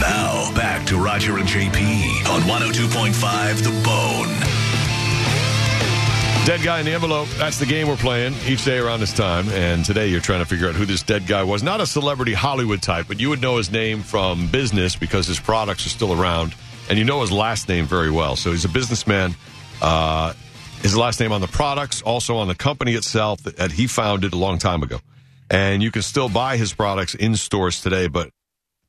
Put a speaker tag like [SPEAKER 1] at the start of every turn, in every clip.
[SPEAKER 1] Now, back to Roger and JP on 102.5 The Bone.
[SPEAKER 2] Dead guy in the envelope. That's the game we're playing each day around this time. And today you're trying to figure out who this dead guy was. Not a celebrity Hollywood type, but you would know his name from business because his products are still around. And you know his last name very well. So he's a businessman. Uh, his last name on the products, also on the company itself that, that he founded a long time ago. And you can still buy his products in stores today, but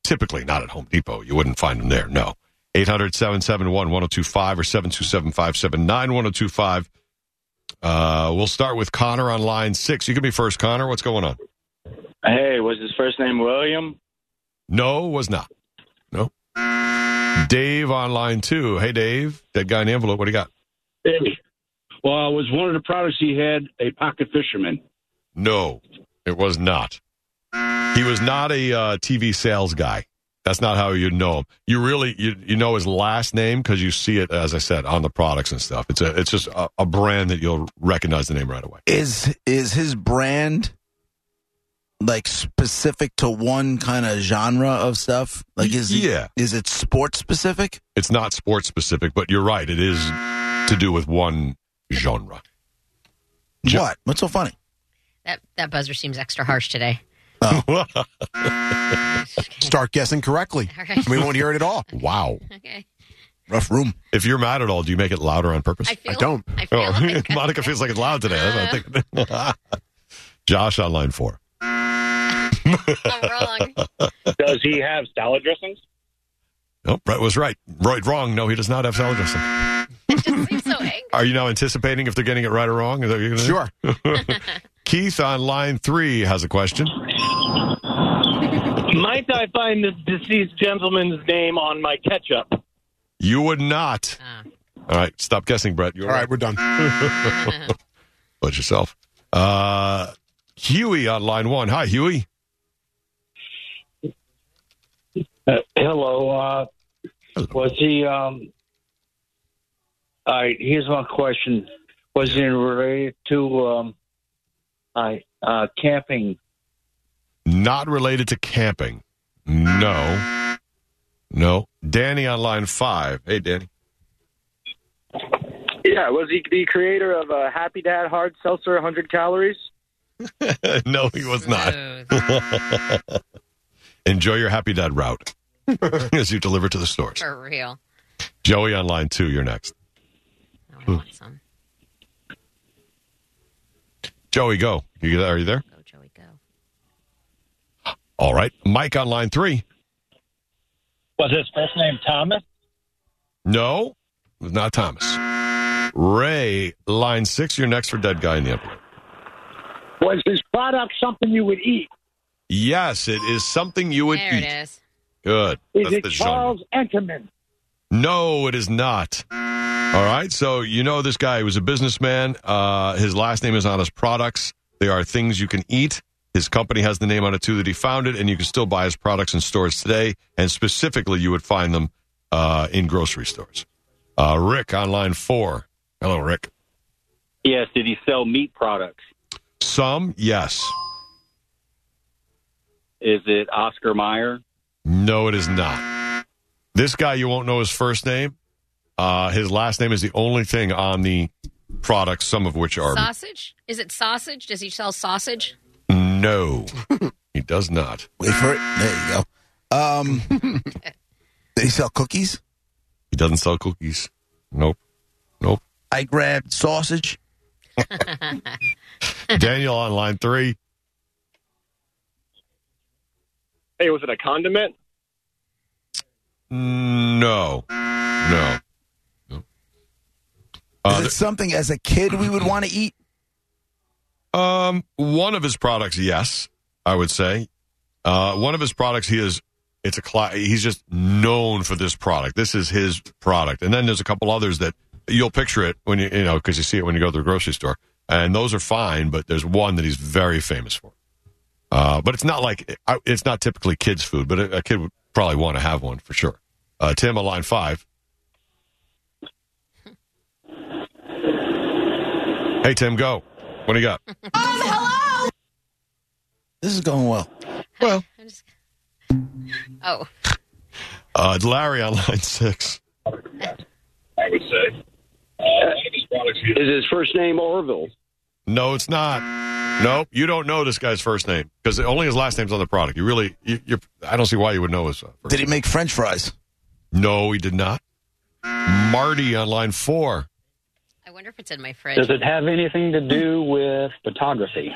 [SPEAKER 2] typically not at Home Depot. You wouldn't find them there, no. 800 771 1025 or 727 579 1025. Uh, we'll start with Connor on line six. You can be first, Connor. What's going on?
[SPEAKER 3] Hey, was his first name William?
[SPEAKER 2] No, was not. No. Dave on line two. Hey, Dave. Dead guy in the envelope. What do you got?
[SPEAKER 4] Well, it was one of the products he had, a pocket fisherman.
[SPEAKER 2] No, it was not. He was not a uh, TV sales guy. That's not how you know him. You really you, you know his last name because you see it, as I said, on the products and stuff. It's a it's just a, a brand that you'll recognize the name right away.
[SPEAKER 5] Is is his brand like specific to one kind of genre of stuff? Like is he-
[SPEAKER 2] Yeah.
[SPEAKER 5] is it sports specific?
[SPEAKER 2] It's not sports specific, but you're right. It is to do with one genre. Ju-
[SPEAKER 5] What? What's so funny?
[SPEAKER 6] That that buzzer seems extra harsh today.
[SPEAKER 7] Start guessing correctly.
[SPEAKER 6] All right.
[SPEAKER 7] We won't hear it at all.
[SPEAKER 2] wow.
[SPEAKER 6] Okay.
[SPEAKER 5] Rough room.
[SPEAKER 2] If you're mad at all, do you make it louder on purpose?
[SPEAKER 6] I feel.
[SPEAKER 7] don't.
[SPEAKER 6] I feel. Oh.
[SPEAKER 2] Oh,
[SPEAKER 6] like-
[SPEAKER 2] Monica feels like it's loud today. That's what I'm thinking. Josh on line four.
[SPEAKER 6] I'm wrong.
[SPEAKER 4] Does he have salad dressings?
[SPEAKER 2] Nope, Oh, Brett was right. Right, wrong. No, he does not have salad dressing.
[SPEAKER 6] It just seems so angry.
[SPEAKER 2] Are you now anticipating if they're getting it right or wrong? Is that what you're gonna do?
[SPEAKER 7] Sure.
[SPEAKER 2] Keith on line three has a question.
[SPEAKER 8] Might I find this deceased gentleman's name on my ketchup?
[SPEAKER 2] You would not.
[SPEAKER 6] Ah.
[SPEAKER 2] All right, stop guessing, Brett. You're
[SPEAKER 7] All right, we're done.
[SPEAKER 2] But yourself. Uh, Huey on line one. Hi, Huey.
[SPEAKER 8] Uh, hello. Uh,
[SPEAKER 2] Hello.
[SPEAKER 8] was he? Um, all right. Here's my question: Was he related to um, I uh, camping?
[SPEAKER 2] Not related to camping. No. No. Danny on line five. Hey, Danny.
[SPEAKER 3] Yeah, was he the creator of uh, Happy Dad Hard Seltzer 100 Calories?
[SPEAKER 2] no, he was not.
[SPEAKER 6] Smooth.
[SPEAKER 2] Enjoy your Happy Dad route as you deliver to the stores.
[SPEAKER 6] For real.
[SPEAKER 2] Joey on line two, you're next.
[SPEAKER 6] Oh, I want some.
[SPEAKER 2] Joey, go. You, are you there?
[SPEAKER 6] Go, Joey, go.
[SPEAKER 2] All right. Mike on line three.
[SPEAKER 8] Was his first name Thomas?
[SPEAKER 2] No, it was not Thomas. Ray, line six, you're next for Dead Guy in the Envelope.
[SPEAKER 4] Was his product something you would eat?
[SPEAKER 2] Yes, it is something you would
[SPEAKER 6] There
[SPEAKER 2] eat.
[SPEAKER 6] it is.
[SPEAKER 2] Good.
[SPEAKER 4] Is
[SPEAKER 2] That's
[SPEAKER 4] it
[SPEAKER 2] the
[SPEAKER 4] Charles
[SPEAKER 2] genre.
[SPEAKER 4] Enterman?
[SPEAKER 2] No, it is not. All right. So you know this guy. He was a businessman. Uh, his last name is on his products. They are things you can eat. His company has the name on it too that he founded, and you can still buy his products in stores today. And specifically, you would find them uh, in grocery stores. Uh, Rick on line four. Hello, Rick.
[SPEAKER 3] Yes. Did he sell meat products?
[SPEAKER 2] Some, yes.
[SPEAKER 3] Is it Oscar Mayer?
[SPEAKER 2] No, it is not. This guy, you won't know his first name. Uh, his last name is the only thing on the products, some of which are
[SPEAKER 6] Sausage? Is it sausage? Does he sell sausage?
[SPEAKER 2] No, he does not.
[SPEAKER 5] Wait for it. There you go. Um, did he sell cookies?
[SPEAKER 2] He doesn't sell cookies. Nope. Nope.
[SPEAKER 5] I grabbed sausage.
[SPEAKER 2] Daniel on line three.
[SPEAKER 8] Hey, was it a condiment?
[SPEAKER 2] No. No. No. Uh,
[SPEAKER 5] Is it something as a kid we would want to eat?
[SPEAKER 2] th- um, one of his products, yes, I would say. Uh, one of his products, he is It's a cli- he's just known for this product. This is his product. And then there's a couple others that you'll picture it when you you know because you see it when you go to the grocery store, and those are fine. But there's one that he's very famous for. Uh, but it's not like I- it's not typically kids' food, but a, a kid would probably want to have one for sure. Uh, Tim, on line five. Hey, Tim, go. What do you got?
[SPEAKER 5] This is going well.
[SPEAKER 6] I'm just- Oh,
[SPEAKER 2] Uh, it's Larry on line six.
[SPEAKER 4] I would say.
[SPEAKER 3] Is his first name Orville?
[SPEAKER 2] No, it's not. Nope, you don't know this guy's first name because only his last name's on the product. You really, you, you're. I don't see why you would know his. Uh, first
[SPEAKER 5] Did he make French fries?
[SPEAKER 2] No, he did not. Marty on line four.
[SPEAKER 6] I wonder if it's in my fridge.
[SPEAKER 8] Does it have anything to do with photography?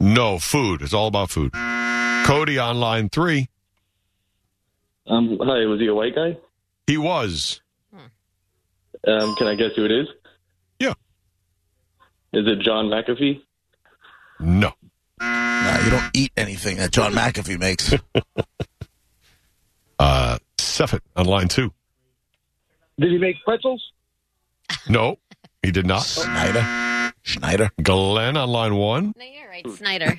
[SPEAKER 2] No, food. It's all about food. Cody on line three.
[SPEAKER 3] Um, hi, was he a white guy?
[SPEAKER 2] He was.
[SPEAKER 3] Um, can I guess who it is?
[SPEAKER 2] Yeah.
[SPEAKER 3] Is it John McAfee?
[SPEAKER 2] No.
[SPEAKER 5] Nah, you don't eat anything that John McAfee makes.
[SPEAKER 2] Uh, Seffett on line two.
[SPEAKER 4] Did he make pretzels?
[SPEAKER 2] No, he did not.
[SPEAKER 5] Schneider. Schneider.
[SPEAKER 2] Glenn on line one.
[SPEAKER 6] No, you're right, Snyder.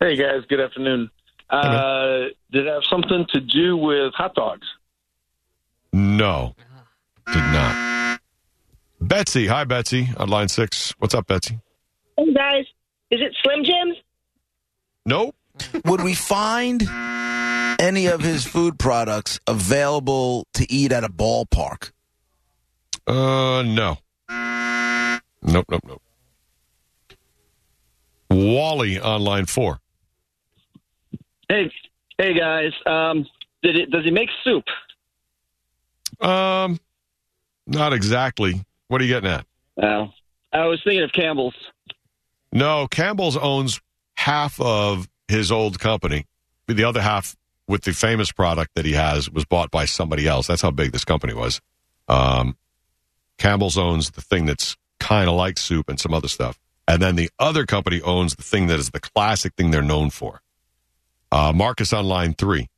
[SPEAKER 3] Hey guys, good afternoon. Uh, did it have something to do with hot dogs?
[SPEAKER 2] No, did not. Betsy. Hi, Betsy on line six. What's up, Betsy?
[SPEAKER 9] Hey guys, is it Slim Jim?
[SPEAKER 2] Nope.
[SPEAKER 5] Would we find any of his food products available to eat at a ballpark?
[SPEAKER 2] Uh, no. Nope, nope, nope. Wally on line four.
[SPEAKER 3] Hey, hey guys. Um, did it? Does he make soup?
[SPEAKER 2] Um, not exactly. What are you getting at?
[SPEAKER 3] No. I was thinking of Campbell's.
[SPEAKER 2] No, Campbell's owns half of his old company. The other half, with the famous product that he has, was bought by somebody else. That's how big this company was. Um, Campbell's owns the thing that's kind of like soup and some other stuff. And then the other company owns the thing that is the classic thing they're known for. Uh, Marcus on line three.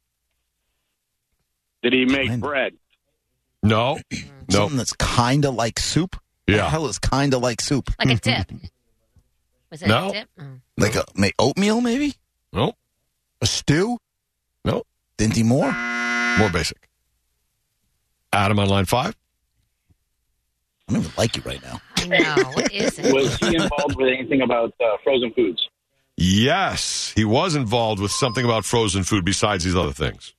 [SPEAKER 4] Did he
[SPEAKER 5] make Kind.
[SPEAKER 4] bread?
[SPEAKER 2] No, no,
[SPEAKER 5] Something that's kind of like soup? What the
[SPEAKER 2] yeah,
[SPEAKER 5] hell is kind of like soup?
[SPEAKER 6] Like a dip. Was it
[SPEAKER 2] No.
[SPEAKER 6] a dip? Mm.
[SPEAKER 5] Like a, ma- oatmeal, maybe?
[SPEAKER 2] no,
[SPEAKER 7] A stew?
[SPEAKER 5] Didn't he more?
[SPEAKER 2] more basic. Adam on line five.
[SPEAKER 5] I don't even like you right now.
[SPEAKER 6] I know. What is it?
[SPEAKER 8] Oh,
[SPEAKER 4] Was he involved with anything about uh, frozen foods?
[SPEAKER 2] Yes, he was involved with something about frozen food besides these other things.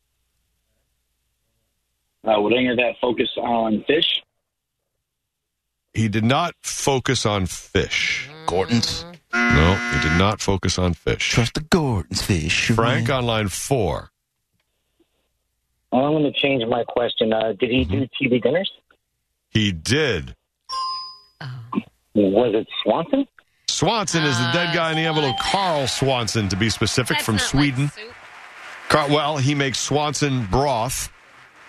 [SPEAKER 4] Uh, would any of that focus on fish?
[SPEAKER 2] He did not focus on fish.
[SPEAKER 5] Gordon's.
[SPEAKER 2] No, he did not focus on fish.
[SPEAKER 5] Trust the Gordon's fish.
[SPEAKER 2] Frank on line four.
[SPEAKER 8] Well, I'm going to change my question. Uh, did he do TV dinners?
[SPEAKER 2] He did.
[SPEAKER 6] Oh.
[SPEAKER 8] Was it Swanson?
[SPEAKER 2] Swanson is the dead guy in the envelope. Carl Swanson, to be specific,
[SPEAKER 6] That's
[SPEAKER 2] from
[SPEAKER 6] not like
[SPEAKER 2] Sweden.
[SPEAKER 6] soup.
[SPEAKER 2] Car- well, he makes Swanson broth,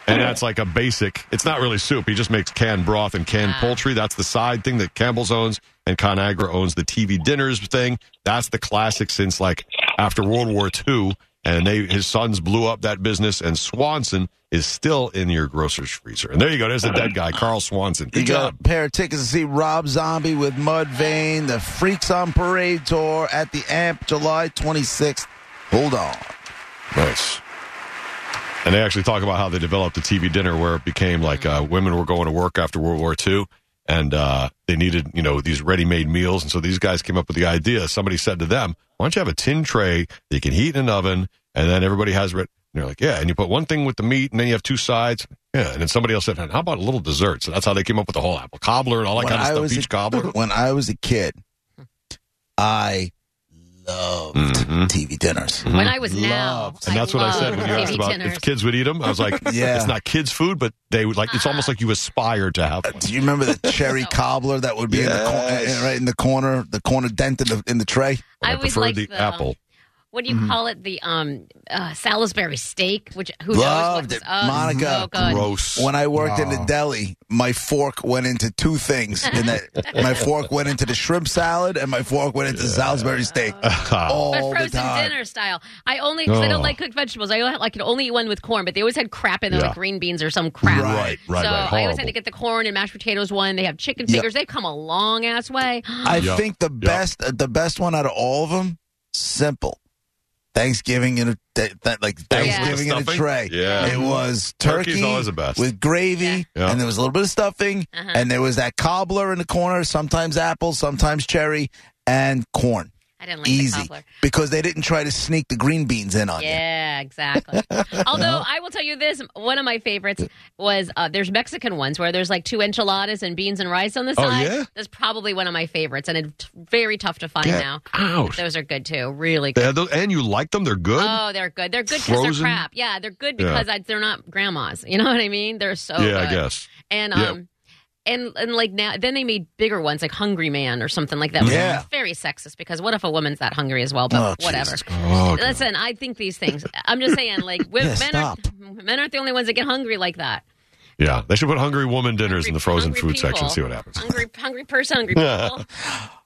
[SPEAKER 2] and that's like a basic. It's not really soup. He just makes canned broth and canned
[SPEAKER 6] Ah.
[SPEAKER 2] poultry. That's the side thing that Campbell's owns, and Conagra owns the TV dinners thing. That's the classic since like after World War II, and they his sons blew up that business, and Swanson is still in your grocer's freezer. And there you go. There's the dead guy, Carl Swanson.
[SPEAKER 5] You
[SPEAKER 2] Good
[SPEAKER 5] got a
[SPEAKER 2] job.
[SPEAKER 5] pair of tickets to see Rob Zombie with Mudvayne, the Freaks on Parade tour at the Amp, July 26th. Hold on.
[SPEAKER 2] Nice. And they actually talk about how they developed the TV dinner where it became like uh, women were going to work after World War II and uh, they needed, you know, these ready made meals. And so these guys came up with the idea. Somebody said to them, why don't you have a tin tray that you can heat in an oven and then everybody has it? And they're like, yeah. And you put one thing with the meat and then you have two sides. Yeah. And then somebody else said, how about a little dessert? So that's how they came up with the whole apple cobbler and all that
[SPEAKER 5] When
[SPEAKER 2] kind of
[SPEAKER 5] I
[SPEAKER 2] stuff.
[SPEAKER 5] was
[SPEAKER 2] Peach
[SPEAKER 5] a-
[SPEAKER 2] cobbler.
[SPEAKER 5] When I was a kid, I loved
[SPEAKER 2] Mhm.
[SPEAKER 5] TV dinners.
[SPEAKER 6] When I was now.
[SPEAKER 5] Loved.
[SPEAKER 2] Mm-hmm. And that's what I said when you asked about if kids would eat them. I was like,
[SPEAKER 5] Yeah.
[SPEAKER 2] it's not kids' food, but they would like. It's almost like you aspire to have one.
[SPEAKER 5] Do you remember the cherry cobbler that would be in the cor-
[SPEAKER 2] Yes.
[SPEAKER 5] right in the corner, the corner dent in the, in the tray?
[SPEAKER 6] I
[SPEAKER 2] I
[SPEAKER 6] always
[SPEAKER 2] preferred
[SPEAKER 6] liked
[SPEAKER 2] the
[SPEAKER 6] the-
[SPEAKER 2] apple.
[SPEAKER 6] what do you
[SPEAKER 5] Mhm.
[SPEAKER 6] call it? The um uh, Salisbury steak, which who knows
[SPEAKER 5] Loved
[SPEAKER 6] what
[SPEAKER 5] it,
[SPEAKER 6] was, oh,
[SPEAKER 5] Monica.
[SPEAKER 6] So good.
[SPEAKER 2] Gross.
[SPEAKER 5] When I worked in the
[SPEAKER 7] Wow.
[SPEAKER 5] deli, my fork went into two things, and that my fork went into the shrimp salad, and my fork went into Salisbury steak
[SPEAKER 6] But
[SPEAKER 5] all the
[SPEAKER 6] frozen
[SPEAKER 5] time.
[SPEAKER 6] dinner style. I only because I
[SPEAKER 2] Oh.
[SPEAKER 6] don't like cooked vegetables. I only, I can only eat one with corn, but they always had crap in there,
[SPEAKER 2] Yeah.
[SPEAKER 6] like green beans or some crap.
[SPEAKER 2] Right, right,
[SPEAKER 6] so
[SPEAKER 2] right.
[SPEAKER 6] I always
[SPEAKER 2] Horrible.
[SPEAKER 6] had to get the corn and mashed potatoes one. They have chicken
[SPEAKER 5] Yep.
[SPEAKER 6] fingers. They've come a long ass way.
[SPEAKER 5] I
[SPEAKER 2] Yep,
[SPEAKER 5] think the best, uh, the best one out of all of them, simple. Thanksgiving in a th- th- like Thanksgiving in a
[SPEAKER 2] Stuffing?
[SPEAKER 5] tray.
[SPEAKER 2] Yeah.
[SPEAKER 5] It was
[SPEAKER 2] Turkey's
[SPEAKER 5] turkey
[SPEAKER 2] always the best.
[SPEAKER 5] with gravy,
[SPEAKER 2] Yeah.
[SPEAKER 5] and there was a little bit of stuffing,
[SPEAKER 6] Uh-huh.
[SPEAKER 5] and there was that cobbler in the corner. Sometimes apple, sometimes cherry, and corn.
[SPEAKER 6] I didn't like the
[SPEAKER 5] Easy,
[SPEAKER 6] cobbler.
[SPEAKER 5] because they didn't try to sneak the green beans in on you.
[SPEAKER 6] Yeah, exactly. Although I will tell you this, one of my favorites was uh, there's Mexican ones where there's like two enchiladas and beans and rice on the
[SPEAKER 2] Oh,
[SPEAKER 6] side.
[SPEAKER 2] yeah?
[SPEAKER 6] That's probably one of my favorites, and it's very tough to find now.
[SPEAKER 2] Ouch.
[SPEAKER 6] Those are good too. Really
[SPEAKER 2] They
[SPEAKER 6] good.
[SPEAKER 2] had those, and you like them? They're good?
[SPEAKER 6] Oh, they're good. They're good because
[SPEAKER 2] Frozen?
[SPEAKER 6] they're crap. Yeah, they're good
[SPEAKER 2] Yeah.
[SPEAKER 6] because I, they're not grandmas. You know what I mean? They're so
[SPEAKER 2] yeah, I
[SPEAKER 6] oh, good.
[SPEAKER 2] guess.
[SPEAKER 6] And
[SPEAKER 2] Yeah.
[SPEAKER 6] um and and like now then they made bigger ones like Hungry Man or something like that. which is
[SPEAKER 5] Yeah.
[SPEAKER 6] Very sexist because what if a woman's that hungry as well?
[SPEAKER 5] Oh,
[SPEAKER 6] But whatever.
[SPEAKER 5] Jesus
[SPEAKER 2] Oh, God.
[SPEAKER 6] Listen, I think these things. I'm just saying, like wo-
[SPEAKER 5] Yeah,
[SPEAKER 6] men
[SPEAKER 5] stop.
[SPEAKER 6] are men aren't the only ones that get hungry like that.
[SPEAKER 2] Yeah, they should put hungry woman dinners in the frozen
[SPEAKER 6] Hungry
[SPEAKER 2] food
[SPEAKER 6] people.
[SPEAKER 2] section. See what happens.
[SPEAKER 6] Hungry, hungry person, hungry people.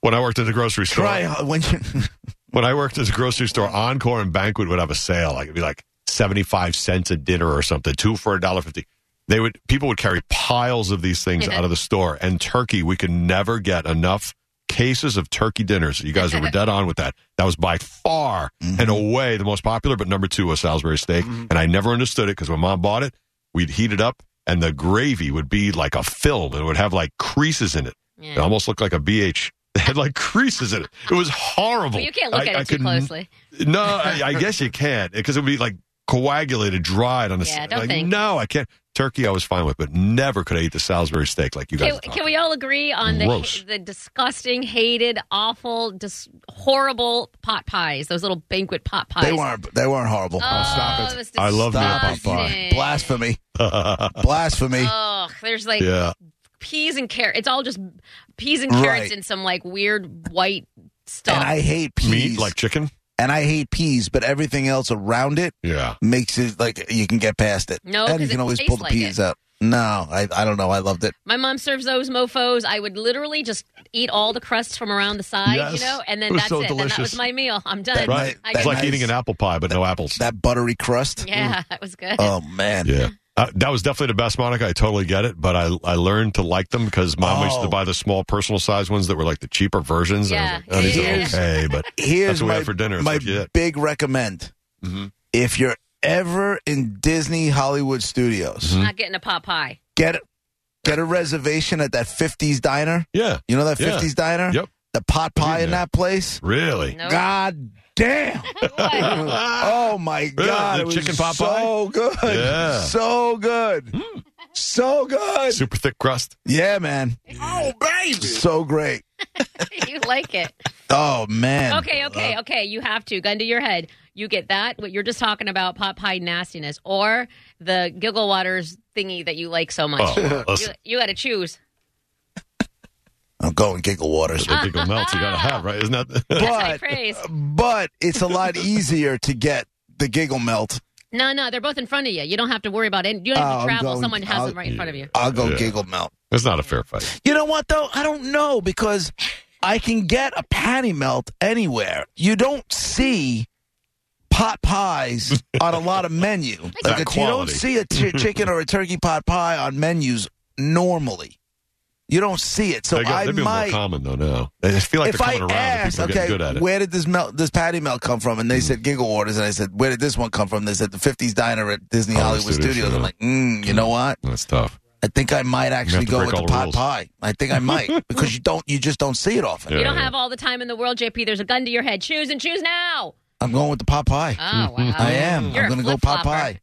[SPEAKER 2] When I worked at the grocery store,
[SPEAKER 5] Try when you.
[SPEAKER 2] when I worked at the grocery store, Encore and Banquet would have a sale. Like it'd be like seventy-five cents a dinner or something, two for a dollar fifty. They would people would carry piles of these things out of the store. And turkey, we could never get enough cases of turkey dinners. You guys were dead on with that. That was by far and away the most popular. But number two was Salisbury steak, and I never understood it because when mom bought it, we'd heat it up, and the gravy would be like a film. It would have like creases in it. It
[SPEAKER 6] Yeah.
[SPEAKER 2] almost looked like a BH. It had like creases in it. It was horrible.
[SPEAKER 6] Well, you can't look
[SPEAKER 2] I-
[SPEAKER 6] at it
[SPEAKER 2] I
[SPEAKER 6] too
[SPEAKER 2] could-
[SPEAKER 6] closely.
[SPEAKER 2] No, I, I guess you can't because it would be like coagulated, dried on the.
[SPEAKER 6] Yeah, don't
[SPEAKER 2] like,
[SPEAKER 6] think.
[SPEAKER 2] No, I can't. Turkey, I was fine with, but never could I eat the Salisbury steak like you guys.
[SPEAKER 6] Can,
[SPEAKER 2] are talking
[SPEAKER 6] can we all agree on
[SPEAKER 2] Gross.
[SPEAKER 6] the the disgusting, hated, awful, dis- horrible pot pies? Those little banquet pot pies.
[SPEAKER 5] They weren't. They weren't horrible.
[SPEAKER 6] Oh,
[SPEAKER 7] stop it.
[SPEAKER 6] was
[SPEAKER 2] I love me a pot pie.
[SPEAKER 6] disgusting.
[SPEAKER 5] Blasphemy!
[SPEAKER 2] about.
[SPEAKER 5] Blasphemy!
[SPEAKER 6] Ugh, there's like
[SPEAKER 2] yeah.
[SPEAKER 6] peas and carrots. It's all just peas and carrots
[SPEAKER 5] Right.
[SPEAKER 6] and some like weird white stuff.
[SPEAKER 5] and I hate peas.
[SPEAKER 2] Meat like chicken?
[SPEAKER 5] and I hate peas, but everything else around it
[SPEAKER 2] Yeah.
[SPEAKER 5] makes it like you can get past it.
[SPEAKER 6] No,
[SPEAKER 5] and
[SPEAKER 6] 'cause
[SPEAKER 5] you can
[SPEAKER 6] it
[SPEAKER 5] always
[SPEAKER 6] tastes
[SPEAKER 5] pull the
[SPEAKER 6] like
[SPEAKER 5] peas
[SPEAKER 6] it.
[SPEAKER 5] out. No, I, I don't know. I loved it.
[SPEAKER 6] My mom serves those mofos. I would literally just eat all the crusts from around the side,
[SPEAKER 2] Yes.
[SPEAKER 6] you know, and
[SPEAKER 2] It
[SPEAKER 6] then
[SPEAKER 2] was
[SPEAKER 6] that's
[SPEAKER 2] so
[SPEAKER 6] it. And that
[SPEAKER 2] delicious.
[SPEAKER 6] was my meal. I'm done.
[SPEAKER 5] That
[SPEAKER 2] Right.
[SPEAKER 6] I
[SPEAKER 5] that
[SPEAKER 2] it's like
[SPEAKER 6] guess.
[SPEAKER 5] nice-
[SPEAKER 2] eating an apple pie, but no apples.
[SPEAKER 5] That buttery crust.
[SPEAKER 6] Yeah, it was good.
[SPEAKER 5] Oh man.
[SPEAKER 2] yeah. Uh, that was definitely the best, Monica. I totally get it, but I I learned to like them because mom used to
[SPEAKER 5] Oh.
[SPEAKER 2] buy the small personal size ones that were like the cheaper versions. and I was
[SPEAKER 6] Yeah.
[SPEAKER 2] like, oh, these
[SPEAKER 6] Yeah.
[SPEAKER 2] are okay, but
[SPEAKER 5] Here's
[SPEAKER 2] That's what we
[SPEAKER 5] my,
[SPEAKER 2] had for dinner. That's
[SPEAKER 5] my
[SPEAKER 2] what you had.
[SPEAKER 5] big recommend.
[SPEAKER 2] Mhm.
[SPEAKER 5] If you're ever in Disney Hollywood Studios,
[SPEAKER 2] Mhm.
[SPEAKER 6] Not getting a pot pie.
[SPEAKER 5] get get a reservation at that 50s diner.
[SPEAKER 2] yeah,
[SPEAKER 5] You know that
[SPEAKER 2] Yeah.
[SPEAKER 5] 50s diner?
[SPEAKER 2] Yep.
[SPEAKER 5] The pot
[SPEAKER 2] I've
[SPEAKER 5] pie
[SPEAKER 2] eaten
[SPEAKER 5] in
[SPEAKER 2] there.
[SPEAKER 5] that place?
[SPEAKER 2] really.
[SPEAKER 6] No.
[SPEAKER 5] God damn.
[SPEAKER 6] What?
[SPEAKER 5] Oh my god,
[SPEAKER 2] the
[SPEAKER 5] it was
[SPEAKER 2] chicken pot
[SPEAKER 5] so good,
[SPEAKER 2] Yeah. Hmm.
[SPEAKER 5] so good, so good.
[SPEAKER 2] Super thick crust.
[SPEAKER 5] Yeah, man. Oh baby, so great.
[SPEAKER 6] you like it.
[SPEAKER 5] Oh man.
[SPEAKER 6] Okay,
[SPEAKER 5] Uh,
[SPEAKER 6] okay, okay. You have to. Gun to your head. You get that, what you're just talking about, pot pie nastiness, or the giggle waters thingy that you like so much.
[SPEAKER 2] Oh, well,
[SPEAKER 6] You,
[SPEAKER 2] listen,
[SPEAKER 6] you got to choose.
[SPEAKER 5] I'm going giggle waters,
[SPEAKER 2] the giggle melts you gotta have, right? Isn't that?
[SPEAKER 6] High
[SPEAKER 5] but uh,
[SPEAKER 6] praise.
[SPEAKER 5] but it's a lot easier to get the giggle melt.
[SPEAKER 6] No, no, they're both in front of you. You don't have to worry about it. You don't have
[SPEAKER 5] Oh,
[SPEAKER 6] to travel.
[SPEAKER 5] don't-
[SPEAKER 6] Someone has
[SPEAKER 5] I'll-
[SPEAKER 6] them right in front of you.
[SPEAKER 5] I'll go
[SPEAKER 2] Yeah.
[SPEAKER 5] giggle melt.
[SPEAKER 2] it's not a fair fight.
[SPEAKER 5] You know what though? I don't know because I can get a patty melt anywhere. You don't see pot pies on a lot of menu.
[SPEAKER 2] That
[SPEAKER 5] if you don't
[SPEAKER 2] quality.
[SPEAKER 5] see a chi- chicken or a turkey pot pie on menus normally. You don't see it. So
[SPEAKER 2] they
[SPEAKER 5] I
[SPEAKER 2] have been more
[SPEAKER 5] might
[SPEAKER 2] common though now. I just feel like
[SPEAKER 5] if
[SPEAKER 2] they're
[SPEAKER 5] I
[SPEAKER 2] coming around.
[SPEAKER 5] asked,
[SPEAKER 2] People are getting
[SPEAKER 5] okay,
[SPEAKER 2] good at it. Hmm.
[SPEAKER 5] where did this melt, this patty melt come from? And they said Giggle Waters, and I said, where did this one come from? They said the '50s diner at Disney
[SPEAKER 2] Hollywood
[SPEAKER 5] Hollywood
[SPEAKER 2] Studios,
[SPEAKER 5] Studios.
[SPEAKER 2] yeah.
[SPEAKER 5] I'm like, mm, you know what?
[SPEAKER 2] That's tough.
[SPEAKER 5] I think I might
[SPEAKER 2] Hmm.
[SPEAKER 5] actually
[SPEAKER 2] to
[SPEAKER 5] go
[SPEAKER 2] break
[SPEAKER 5] with the
[SPEAKER 2] all the
[SPEAKER 5] pot
[SPEAKER 2] rules.
[SPEAKER 5] pie. I think I might because you don't, you just don't see it often.
[SPEAKER 2] Yeah,
[SPEAKER 6] you don't
[SPEAKER 2] yeah.
[SPEAKER 6] have all the time in the world, JP. There's a gun to your head. Choose and choose now.
[SPEAKER 5] I'm going with the pot pie.
[SPEAKER 6] Oh, wow.
[SPEAKER 5] I am.
[SPEAKER 6] You're
[SPEAKER 5] I'm
[SPEAKER 6] a
[SPEAKER 5] going to go pot
[SPEAKER 6] flip-flopper.
[SPEAKER 5] pie.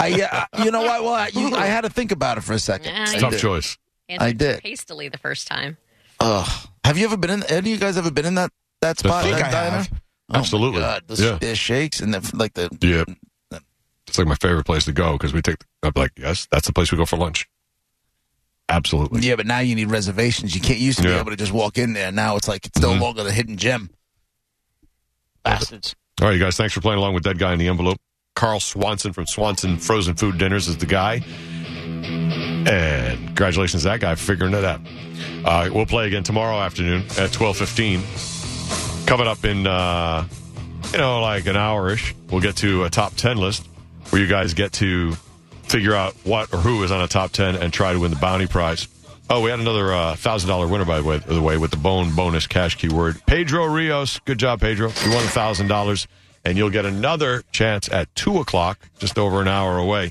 [SPEAKER 5] I, yeah, I- you know what? Well, I, you- I had to think about it for a second.
[SPEAKER 6] Yeah,
[SPEAKER 5] I
[SPEAKER 6] you
[SPEAKER 2] Tough
[SPEAKER 5] did.
[SPEAKER 2] choice.
[SPEAKER 6] Answered
[SPEAKER 5] I did.
[SPEAKER 6] Hastily the first time.
[SPEAKER 5] Ugh. Have you ever been in? Any of you guys ever been in that that spot?
[SPEAKER 2] think
[SPEAKER 5] that
[SPEAKER 7] I
[SPEAKER 5] diner?
[SPEAKER 7] have.
[SPEAKER 5] Oh my
[SPEAKER 2] Absolutely.
[SPEAKER 5] God, the,
[SPEAKER 2] Yeah.
[SPEAKER 5] the shakes and the like the
[SPEAKER 2] Yeah. It's like my favorite place to go because we take. I'm like, yes, that's the place we go for lunch. Absolutely.
[SPEAKER 5] Yeah, but now you need reservations. You can't you used to be
[SPEAKER 2] Yeah. Mm-hmm.
[SPEAKER 5] able to just walk in there. Now it's like it's no longer the hidden gem. Bastards.
[SPEAKER 2] All right, you guys, thanks for playing along with Dead Guy in the Envelope. Carl Swanson from Swanson Frozen Food Dinners is the guy. And congratulations to that guy for figuring it out. Uh, we'll play again tomorrow afternoon at 12.15. Coming up in, uh, you know, like an hour-ish, we'll get to a top 10 list where you guys get to figure out what or who is on a top 10 and try to win the bounty prize. Oh, we had another uh, $1,000 winner, by the way, by the way, with the bone bonus cash keyword. Pedro Rios. Good job, Pedro. You won $1,000, and you'll get another chance at 2 o'clock, just over an hour away,